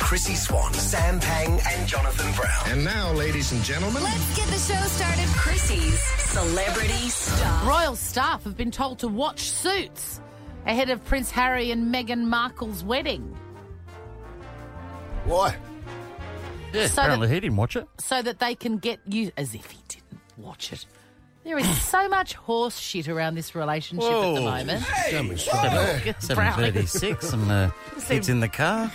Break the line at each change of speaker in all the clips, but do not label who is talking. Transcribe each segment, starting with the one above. Chrissy Swan, Sam Pang, and Jonathan Brown.
And now, ladies and gentlemen,
Let's get the show started.
Chrissy's Celebrity Star.
Royal staff have been told to watch suits ahead of Prince Harry and Meghan Markle's wedding
why?
Yeah,
So
apparently
that-
he didn't watch it.
so that they can get you as if he didn't watch it. There is so much horse shit around this relationship at the
Whoa.
moment.
Damn, it's right there.
Seven
Brownie.
thirty-six, and uh, kids in the car.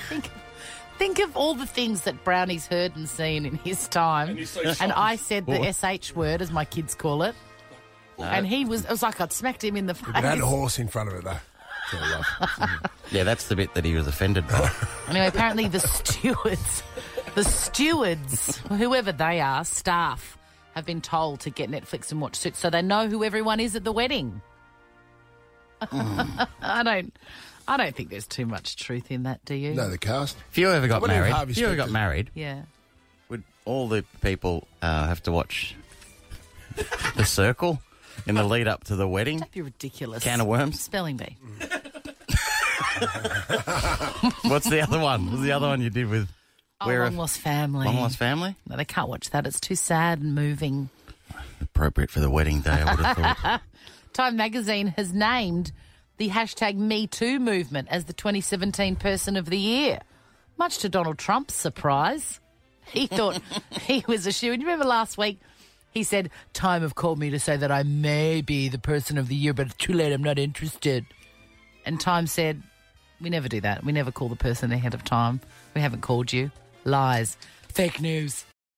Think of all the things that Brownie's heard and seen in his time. And, I said the SH word, as my kids call it. And he was, it was like I'd smacked him in the face.
It had a horse in front of it, though. Yeah, love.
Yeah, that's the bit that he was offended by.
Anyway, apparently the stewards, the stewards, whoever they are, staff, have been told to get Netflix and watch Suits so they know who everyone is at the wedding. I don't, I don't think there's too much truth in that, do you?
no, the cast.
If you ever got
wonder if
married,
Harvey
if you ever got
Specter-
married,
Yeah.
would all the people uh, have to watch the circle in the lead up to the wedding?
Don't be ridiculous.
Can of worms.
Spelling bee.
What's the other one? What's the other one you did with?
Oh,
Where
long
if-
lost family.
Long Lost Family?
No, they can't watch that. It's too sad and moving.
Appropriate for the wedding day, I would have thought.
Time magazine has named the hashtag Me Too movement as the 2017 Person of the Year, much to Donald Trump's surprise. He thought he was a shoe. And you remember last week, he said, Time have called me to say that I may be the Person of the Year, but it's too late. I'm not interested. And Time said, We never do that. We never call the person ahead of time. We haven't called you. Lies. Fake news.